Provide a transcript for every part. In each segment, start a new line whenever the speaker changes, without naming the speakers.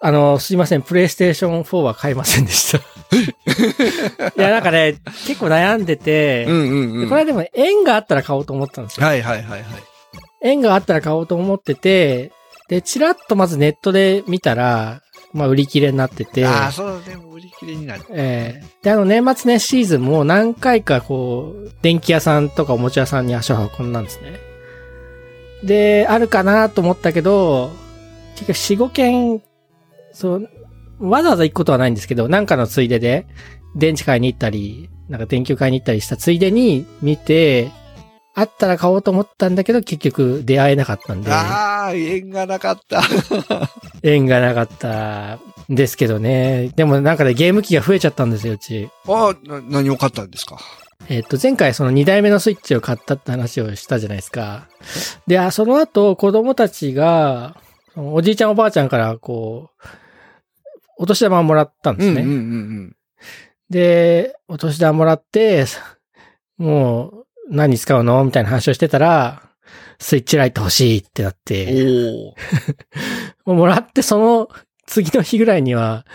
あの、すいません、プレイステーション4は買いませんでした。 いや、なんかね、結構悩んでて、
うんうんう
で
ん。
これはでも縁があったら買おうと思ったんですよ。
はいはいはいはい。
縁があったら買おうと思ってて、で、ちらっとまずネットで見たら、まあ、売り切れになってて、
ああ、そうだね。もう売り切れになる。
ええで、あの、年末年始シーズンも何回かこう、電気屋さんとかおもちゃ屋さんに足を運んだんですね。で、あるかなと思ったけど、結局4、5件、そう、わざわざ行くことはないんですけど、なんかのついでで、電池買いに行ったり、なんか電球買いに行ったりしたついでに見て、あったら買おうと思ったんだけど、結局出会えなかったんで、
あ あ、縁がなかった。
縁がなかったんですけどね。でもなんかね、ゲーム機が増えちゃったんですよ、うち。
ああ、な何を買ったんですか。
えっと、前回その2代目のスイッチを買ったって話をしたじゃないですか。で、あその後子供たちが、そのおじいちゃんおばあちゃんからこう、お年玉をもらったんですね。
うんうんうん
で、お年玉もらって、もう何に使うのみたいな話をしてたら、スイッチライト欲しいってなっ
う
て、
ん。おお。
もうもらってその次の日ぐらいには、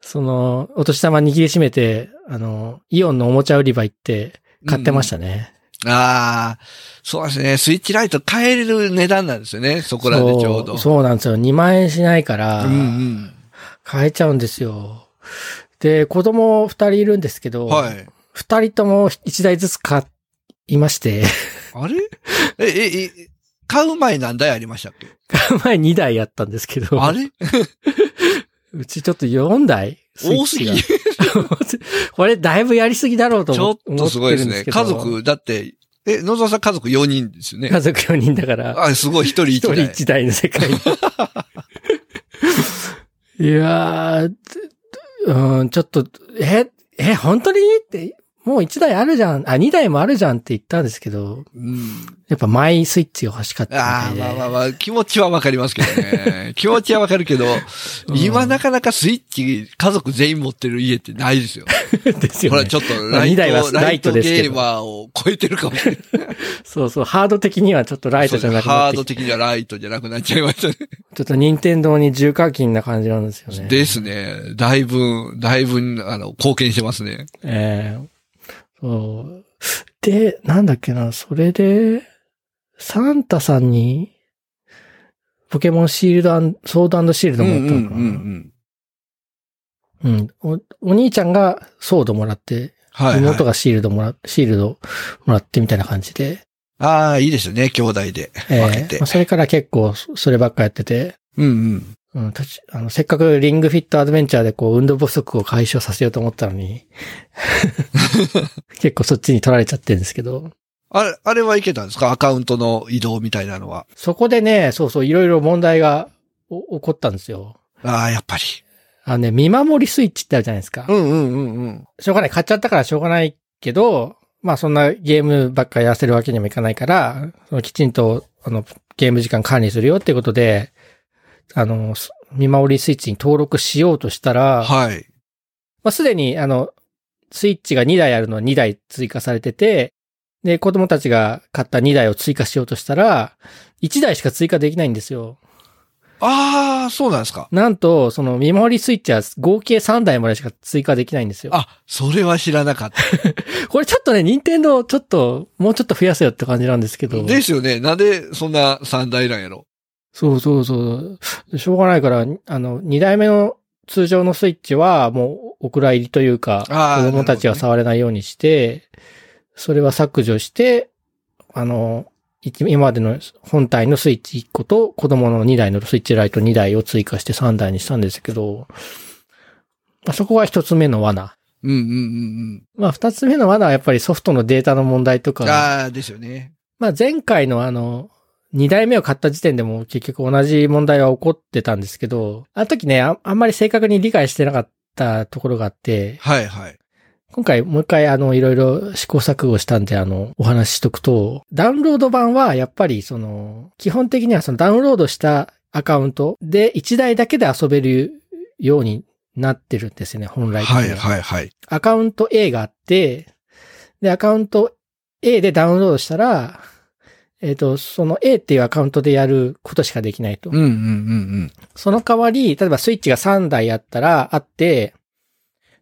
そのお年玉握りしめて、あの、イオンのおもちゃ売り場行って買ってましたね。
ああ、そうですね。スイッチライト買える値段なんですよね。そこらでちょうど。
そうそうなんですよ。2万円しないから
う、ん
買えちゃうんですよ。で、子供2人いるんですけ
う
ど、
ん。はい。
2人とも1台ずつ買いまして、
あれ え、え、え、買う前何台ありましたっけ
前2台やったんですけど、
あれ
うちちょっと4台
多すぎ。
スイッチが これだいぶやりすぎだろうと
ちょ
思
っ
って
とすごいです
思っ
ね。
てるん
家
ですけど
族、だって、え、野沢さん家族4人ですよね。
家族4人だから、
あ、すごい、一人
1
一
人
台。
1台の世界に。 いやー、うん、ちょっと、え、え、本当にって、もう1台あるじゃん、あ、2台もあるじゃんって言ったんですけど、
うん。
やっぱマイスイッチが欲しかったみ
あ
た
あ、
いで。
まあまあまあ、気持ちはわかりますけ どね。気持ちはわかるけど、
うん
今なかなかスイッチ家族全員持ってる家ってないですよ。
ですよ
ほら、
ね。
ちょっと
まあ
ライ
二台は
ト、ラ
ラ
イ
イ
ト
ト
ゲ
ですけど
ーマーを超えてるかもしれない。
そうそう、ハード的にはちょっとライトじゃなく
ハ
なっ
ー
て
ド
きて、
的にはライトじゃなくなっちゃいまし たね。
ちょっと任天堂に重課金な感じなんですよね。
ですね。だいぶ、だいぶ、あの、貢献してますね。
ええそう。で、なんだっけな、それで、サンタさんに、ポケモンシールドアン、ソードシールドもらったのかな。うん
ん。
お。お兄ちゃんがソードもらって、
はい、はい
妹。がシールドもら、シールドもらってみたいな感じで。
ああ、いいですね。兄弟で
え
分け
え
て
まあ。それから結構、そそればっかやってて。
うんうん。
うん、たちあのせっかくリングフィットアドベンチャーでこう運動不足を解消させようと思ったの に、結構そっちに取られちゃってるんですけど。
あれ、あれはいけたんですかアカウントの移動みたいなのは。
そこでね、そうそう、いろいろ問題がお起こったんですよ。
ああ、やっぱり。
あのね、見守りスイッチってあるじゃないですか。
んうんうんうん。
しょうがない。買っちゃったからしょうがないけど、まあそんなゲームばっかやらせるわけにもいかないから、そのきちんとあのゲーム時間管理するよっていうことで、あの、す見守りスイッチに登録しようとしたら、
はい。
まあ、すでに、あの、スイッチが2台あるのは2台追加されてて、で、子供たちが買った2台を追加しようとしたら、1台しか追加できないんですよ。
ああ、そうなんですか。
なんと、その見守りスイッチは合計3台までしか追加できないんですよ。
あ、それは知らなかった。
これちょっとね、任天堂ちょっと、もうちょっと増やせよって感じなんですけど。
ですよね。なんでそんな三大なんやろ。
そうそうそう。でしょうがないから、あの、2台目の通常のスイッチはもうお蔵入りというか、
あー
子供たちは触れないようにして、それは削除して、あの、い今までの本体のスイッチ1個と子供の2台のスイッチライト2台を追加して3台にしたんですけど、まあそこが1つ目の罠。
うんうんうん
まあ2つ目の罠はやっぱりソフトのデータの問題と
うん。
か、
ああ、ですよね。
まあ前回のあの、二代目を買った時点でも結局同じ問題は起こってたんですけど、あの時ね、ああんまり正確に理解してなかったところがあって、
はいはい。
今回もう一回あの、いろいろ試行錯誤したんであの、お話ししとくと、ダウンロード版はやっぱりその、基本的にはそのダウンロードしたアカウントで一台だけで遊べるようになってるんですよね、本来的に
はいはいはい。
アカウント A があって、で、アカウント A でダウンロードしたら、えっ、と、その A っていうアカウントでやることしかできないと。
うんうんうん
その代わり、例えばスイッチが3台あったら、あって、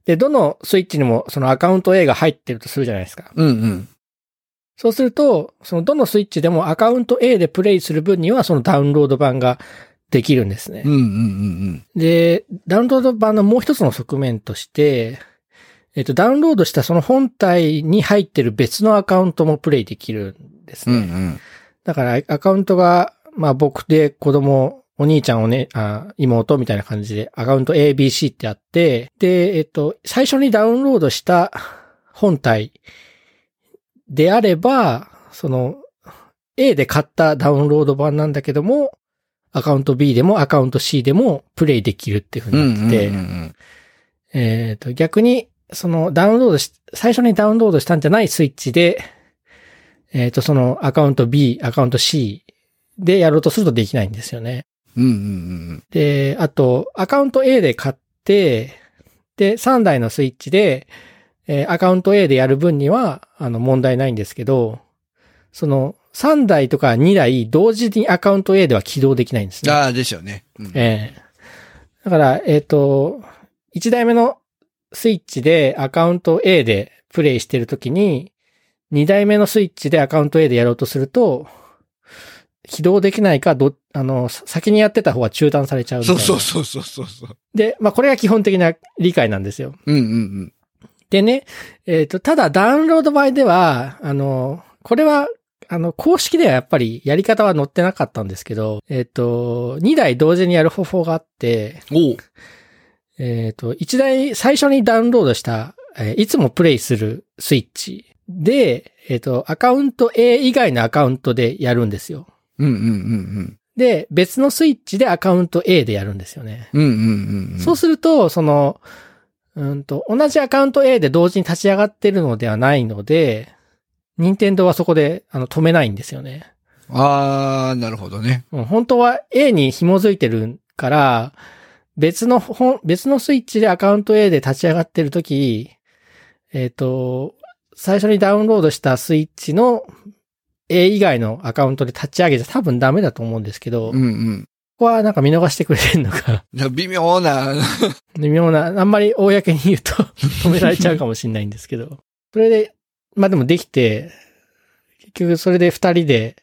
で、どのスイッチにもそのアカウント A が入ってるとするじゃないですか。
うん。うんうん。
そうすると、そのどのスイッチでもアカウント A でプレイする分にはそのダウンロード版ができるんですね
うん。うんうん
で、ダウンロード版のもう一つの側面として、えっと、ダウンロードしたその本体に入ってる別のアカウントもプレイできるんです
うん。う
ね。
んうん。
だから、アカウントが、まあ僕で子供、お兄ちゃん、おね、あ妹みたいな感じで、アカウント ABC ってあって、で、えっと、最初にダウンロードした本体であれば、その、A で買ったダウンロード版なんだけども、アカウント B でもアカウント C でもプレイできるっていう風
うん
になってて、
うん
えっ、と、逆に、そのダウンロードし、最初にダウンロードしたんじゃないスイッチで、えっ、と、そのアカウント B、アカウント C でやろうとするとできないんですよね。
うんうん。
で、あと、アカウント A で買って、で、3台のスイッチで、えーアカウント A でやる分には、あの、問題ないんですけど、その、3台とか2台同時にアカウント A では起動できないんですね。
ああ、ですよね。うん
ええだから、えっ、と、1台目のスイッチでアカウント A でプレイしてるときに、2台目のスイッチでアカウント A でやろうとすると、起動できないか、ど、あの、さ先にやってた方は中断されちゃうみたい
そう
な。
そうそうそうそうそう。
で、まあ、これが基本的な理解なんですよ。
うんうん
でね、えっ、と、ただダウンロード版では、あの、これは、あの、公式ではやっぱりやり方は載ってなかったんですけど、えっ、と、2台同時にやる方法があって、
うん。おう。
えっ、と、一台、最初にダウンロードした、えーいつもプレイするスイッチで、えっ、と、アカウント A 以外のアカウントでやるんですよ。
うんうんうん
で、別のスイッチでアカウント A でやるんですよね。
うん。うんうんうん。
そうすると、その、うんと、同じアカウント A で同時に立ち上がってるのではないので、任天堂はそこであの止めないんですよね。
ああ、なるほどね。
うん本当は A に紐づいてるから、別の本、別のスイッチでアカウント A で立ち上がってるとき、えっ、と、最初にダウンロードしたスイッチの A 以外のアカウントで立ち上げちゃ多分ダメだと思うんですけど、
うん
こ
うん。
こはなんか見逃してくれてるのか、
じゃあ微妙な、
微妙な、あんまり公に言うと 止められちゃうかもしれないんですけど、それで、まあでもできて、結局それで二人で、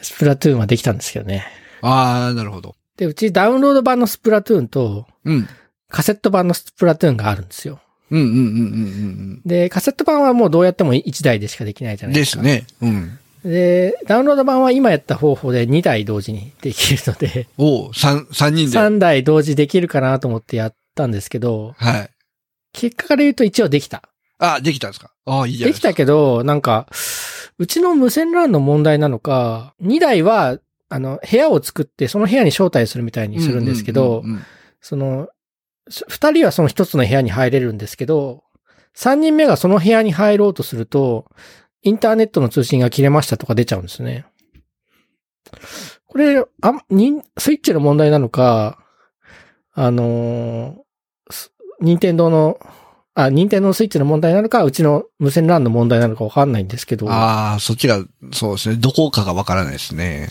スプラトゥーンはできたんですけどね。
ああ、なるほど。
で、うちダウンロード版のスプラトゥーンと、
うん。
カセット版のスプラトゥーンがあるんですよ。
うんうんうんうん
で、カセット版はもうどうやっても1台でしかできないじ
う
ゃな
ん。
いで
ですす
か。
ね。うん。
でダウンロード版は今やった方法で2台同時にできるので、
おう、三、三人で。
3台同時できるかなと思ってやったんですけど、
はい。
結果から言うと一応できた。
あ、できたんですかああ、いいじゃな
で
い
き
すか
たけど、なんか、うちの無線 LAN の問題なのか、2台は、あの、部屋を作って、その部屋に招待するみたいにするんですけど、
うんうんうん
その、す二人はその一つの部屋に入れるんですけど、三人目がその部屋に入ろうとすると、インターネットの通信が切れましたとか出ちゃうんですね。これ、あん、に、スイッチの問題なのか、あのー、す任天堂の、あ、任天堂のスイッチの問題なのか、うちの無線 LAN の問題なのかわかんないんですけど、
ああ、そっちが、そうですね。どこかがわからないで すね。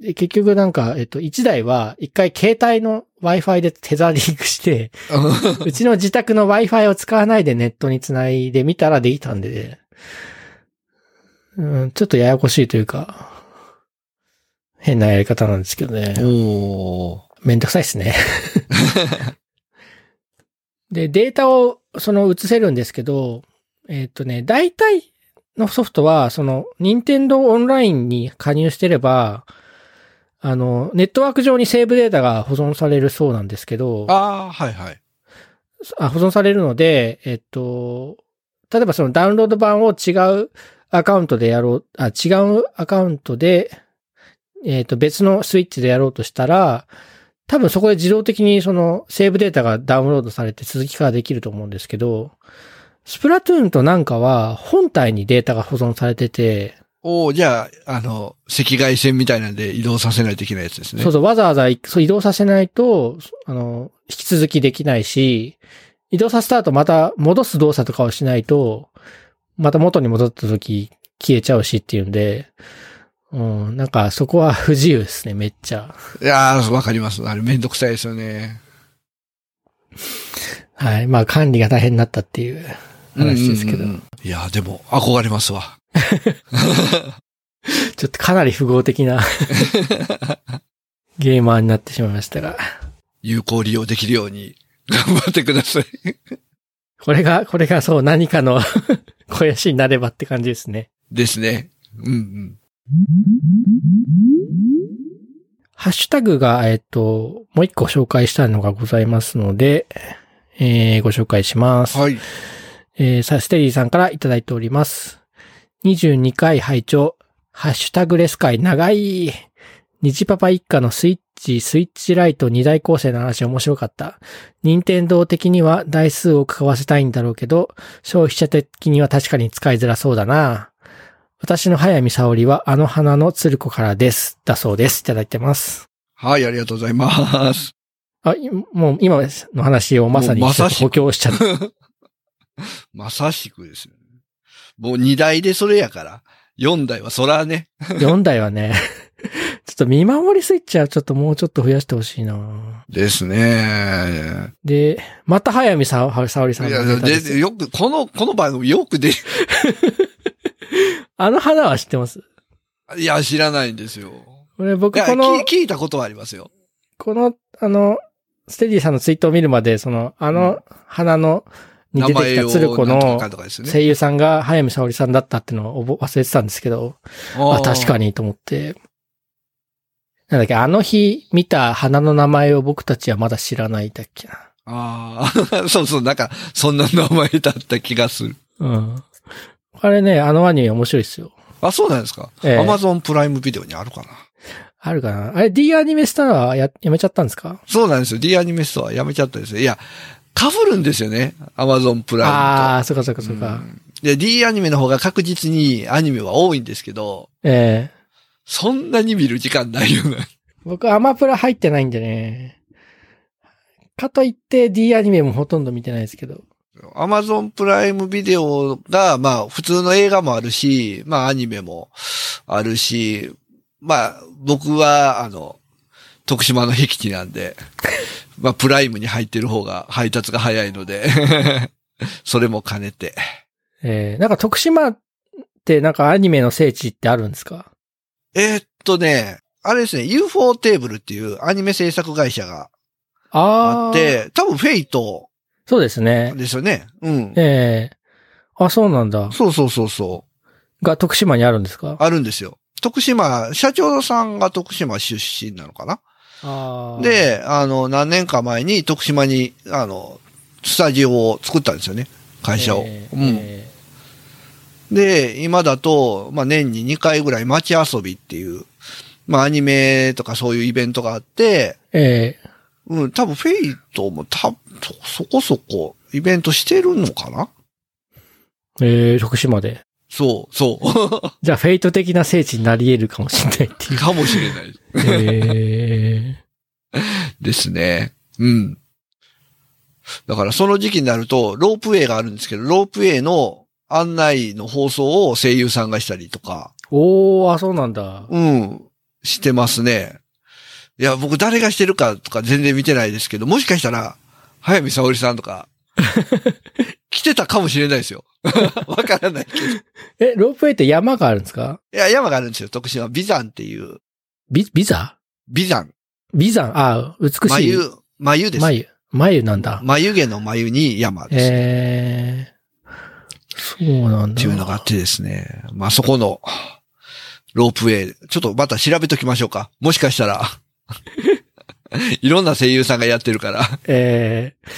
で結局なんか、えっと、一台は一回携帯の Wi-Fi でテザリングして、 うちの自宅の Wi-Fi を使わないでネットにつないでみたらできたんで、うん、ちょっとややこしいというか、変なやり方なんですけどね。
おー。
めんどくさいっすね。で、データをその移せるんですけど、えっ、とね、大体のソフトは、その、任天堂オンラインに加入してれば、あの、ネットワーク上にセーブデータが保存されるそうなんですけど、
ああ、はいはい。
あ保存されるので、えっと、例えばそのダウンロード版を違うアカウントでやろう、あ、違うアカウントで、えっと、別のスイッチでやろうとしたら、多分そこで自動的にそのセーブデータがダウンロードされて続きからできると思うんですけど、スプラトゥーンとなんかは本体にデータが保存されてて、
おー、じゃあ、あの、赤外線みたいなんで移動させないといけないやつですね。
そうそう、わざわざいそう移動させないと、そあの、引き続きできないし、移動させた後また戻す動作とかをしないと、また元に戻った時消えちゃうしっていうんで、うん、なんかそこは不自由ですね、めっちゃ。
いやー、わかります。あれめんどくさいですよね。
はい。まあ管理が大変になったっていう話ですけど、
うんうんうんいやー、でも、憧れますわ。
ちょっとかなり符号的 なゲーマーになってしまいましたが。
有効利用できるように、頑張ってください。
これが、これがそう何かの 肥やしになればって感じですね。
ですね。うんうん。
ハッシュタグが、えっと、もう一個紹介したいのがございますので、えーご紹介します。
はい。
えーさステリーさんからいただいております。22回拝聴ハッシュタグレス会長い。日パパ一家のスイッチ、スイッチライト2大構成の話面白かった。任天堂的には台数を買わせたいんだろうけど、消費者的には確かに使いづらそうだな。私の早見沙織はあの花の鶴子からです。だそうです。いただいてます。
はい、ありがとうございます。
あ、いもう今の話をまさに
もうま
ちょ
さ
っ
し
と補強しちゃ った。
まさしくですよね。もう2台でそれやから。4台はそらね。
4台はね、 ちょっと見守りスイッチはちょっともうちょっと増やしてほしいな
ですね。
で、また早見さ、沙織
い
さん
や、
のネタです
で、よく、この、この番組よくで、
あの花は知ってます。
いや、知らないんですよ。
これ
い
僕
や、
この
聞、聞いたことはありますよ。
この、あの、ステディさんのツイートを見るまで、その、あ
うん
の花の、に出てきた鶴子
なんと
の
かかんとかですよね。
声優さんが早見沙織さんだったっていうのを覚忘れてたんですけど、あ、確か
に。
にと思って。なんだっけ、あの日見た花の名前を僕たちはまだ知らないだっけな。
ああ、 そうそう、なんか、そんな名前だった気がする。
うん。あれね、あのアニメ面白いですよ。
あ、そうなんですか。
ええ
アマゾンプライムビデオにあるかな。
あるかなあれ、D アニメスターはややめちゃったんですか
そうなんですよ。D アニメストアやめちゃったんですよ。いや、被るんですよね。アマゾンプライムと。
ああー、そうかそうかそう
う
か。
んで、D アニメの方が確実にアニメは多いんですけど、
ええ
そんなに見る時間ない よね。
僕、アマプラ入ってないんでね。かといって、D アニメもほとんど見てないですけど。
アマゾンプライムビデオが、まあ、普通の映画もあるし、まあ、アニメもあるし、まあ、僕は、あの、徳島の僻地なんで、 まあ、プライムに入ってる方が配達が早いので、 それも兼ねて。
ええなんか徳島ってなんかアニメの聖地ってあるんですか
えーっとね、あれですね、UFO テーブルっていうアニメ制作会社が
ああ。
あっ。て、多分フェイト
そうですね。
ですよね。うん。
ええあ、そうなんだ。
そうそうそうそう。
が徳島にあるんですか
あるんですよ。徳島、社長さんが徳島出身なのかな
あー、
で、あの、何年か前に徳島に、あの、スタジオを作ったんですよね。会社を。
えええ
うん。で、今だと、まあ、年に2回ぐらい街遊びっていう、まあ、アニメとかそういうイベントがあって、
えええ
うん、多分フェイトもた、そそこそこイベントしてるのかな
ええ徳島で。
そ う、そう。
じゃあ、フェイト的な聖地になり得るかもしれないって いう。
かもしれない。
え
ですね。うん。だからその時期になると、ロープウェイがあるんですけど、ロープウェイの案内の放送を声優さんがしたりとか、
ー、おー、あ、そうなんだ。
うん、してますね。いや、僕誰がしてるかとか全然見てないですけど、もしかしたら、早見沙織さんと か、来てたかもしれないですよ。 わからないけど。い
え、ロープウェイって山があるんですか
や、山があるんですよ、徳島。美山っていう、
ビ、ビザ
美山。
ビザあ、美しい。
眉、眉です。眉
眉。眉なんだ。
毛の眉に山です。
えー、そうなん
っ
だ。
ていうのがあってですね。まあ、そこの、ロープウェイ、ちょっとまた調べときましょうか。もしかしたら、 いろんな声優さんがやってるから。
えー、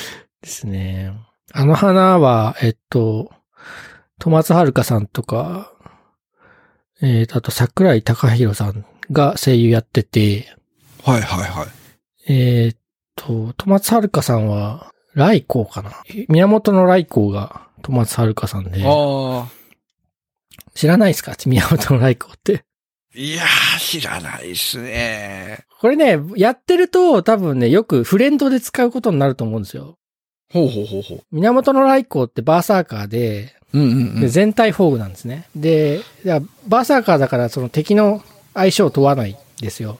ですね。あの花は、えっと、戸松遥さんとか、えーと、あと桜井貴弘さんが声優やってて、
はいはいはい。
えーっと、戸松遥さんは、来光かな源の来光が戸松遥さんで、
ああ。
知らないですか源の来光って。
いやー、知らないっすね。
これね、やってると多分ね、よくフレンドで使うことになると思うんですよ。
ほうほうほうほ
源の来光ってバーサーカーで、
う。うんうんう
で
ん。
全体フォーグなんですね。で、だからバーサーカーだからその敵の相性を問わないんですよ。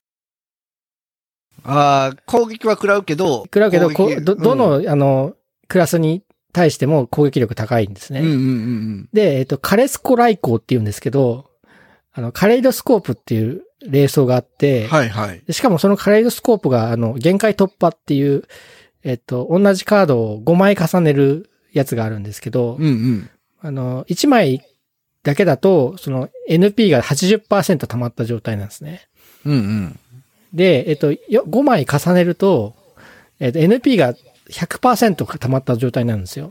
ああ、攻撃は食らうけど。
食らうけど、
攻
こ
撃
うど、どの、あの、クラスに対しても攻撃力高いんです
う
ね。
んうんうんうん。
で、えっと、カレスコ雷光って言うんですけど、あの、カレイドスコープっていう霊装があって、
はいはい。
でしかもそのカレイドスコープが、あの、限界突破っていう、えっと、同じカードを5枚重ねるやつがあるんですけど、
うんうん。
あの、1枚だけだと、その NP が80%溜まった状態なんですね。
うんうん。
で、えっと、よ5枚重ねると、えっと、NP が100%溜まった状態になるんですよ。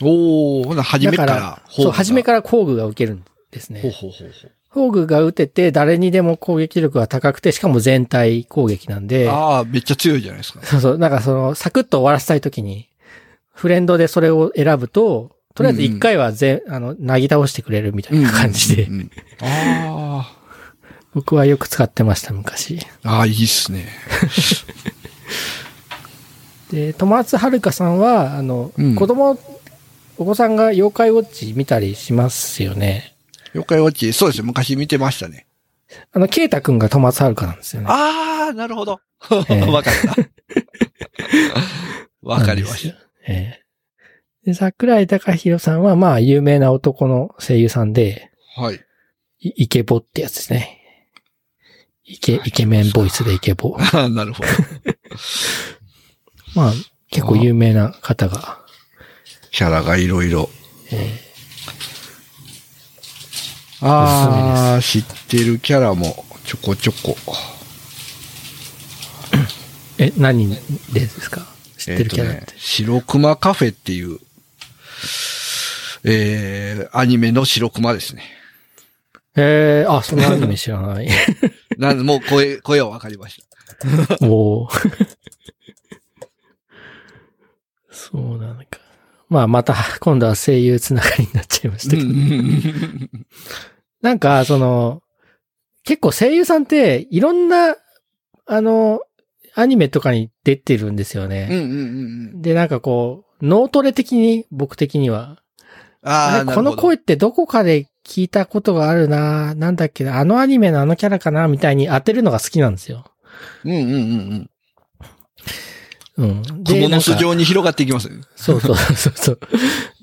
おー、ほな、初
だ
め
か
からら、。
そう、初め
ら。
から工具が受けるんですね
ほう。ほうほうほう。
工具が打てて、誰にでも攻撃力が高くて、しかも全体攻撃なんで、
ああ、めっちゃ強いじゃないですか。
そうそう、なんかその、サクッと終わらせたいときに、フレンドでそれを選ぶと、とりあえず一回は全、あの、なぎ倒してくれるみたいな感じで、
うんうんうんあ
僕はよく使ってました、昔。
あ、ああ、いいっすね。
で、友松遥さんは、あの、
うん
子供、お子さんが妖怪ウォッチ見たりしますよね。
妖怪ウォッチ、そうですよ。昔見てましたね。
あの、ケイタくんが友松遥なんですよね。
ああ、なるほど。
え
わ かった。わかりました。
た。ええで、桜井隆弘さんは、まあ、有名な男の声優さんで、
はい。
いイケボってやつですね。イケ、イケメンボイスでイケ ボ。
ああ、なるほど。
まあ、結構有名な方が。
キャラがいろいろ。
え
ああ、知ってるキャラもちょこちょこ。
ええ、何でですか知ってるキャラっ
えー
て
とね。、白熊カフェっていう、えー、アニメの白熊ですね。
ええあ、そんなアニメ知らない。
なんもう声、声はわかりまし
おお。 そうなのか。まあ、また、今度は声優つながりになっちゃいました
た。
けど。なんか、その、結構声優さんって、いろんな、あの、アニメとかに出てるんですよ
うん
ね。
うんうん。
で、なんかこう、脳トレ的に、僕的には。
あ
あ
あ、
れ
な
こ
るほど
の声ってどこかで聞いたことがあるななんだっけな、あのアニメのあのキャラかなみたいに当てるのが好きなんですよ。
うんうんうんう
う
ん。
ん。
蜘蛛
な
の
んか
巣状に広がっていきますね。
そうそうそうそう。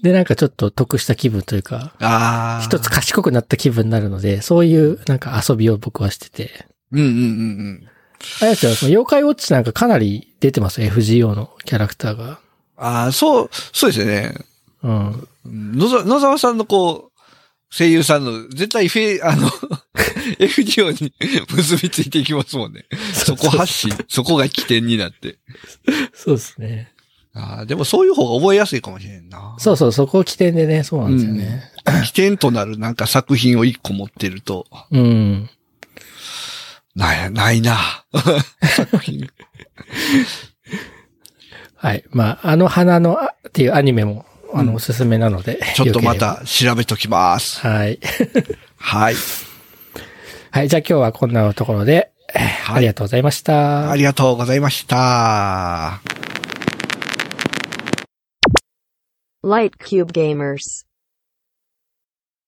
で、なんかちょっと得した気分というか、
ああ。
一つ。賢くなった気分になるので、そういうなんか遊びを僕はしてて。
うんうんうんうん。
あれですよ、その妖怪ウォッチなんかかなり出てますよ、FGO のキャラクターが。
ああ、そう、そうですよね。
うん。
野沢野沢さんのこう、声優さんの、絶対フェイ、あの、FGO に結びついていきますもんね。そこ発信、そこが起点になって。
そうですね。
ああ、でもそういう方が覚えやすいかもしれんな。
そうそう、そこを起点でね、そうなんですよね。
起点となるなんか作品を一個持ってると、
うん。
ない、な いな。作品。
はい。まあ、あの花のあっていうアニメも、あの、
うん
おすすめなので。
ちょっとま
よ
た調べときます。
ければ。はい。
はい。
はい。じゃあ今日はこんなところで、ありがとうございました。
ありがとうございました。
Light Cube Gamers.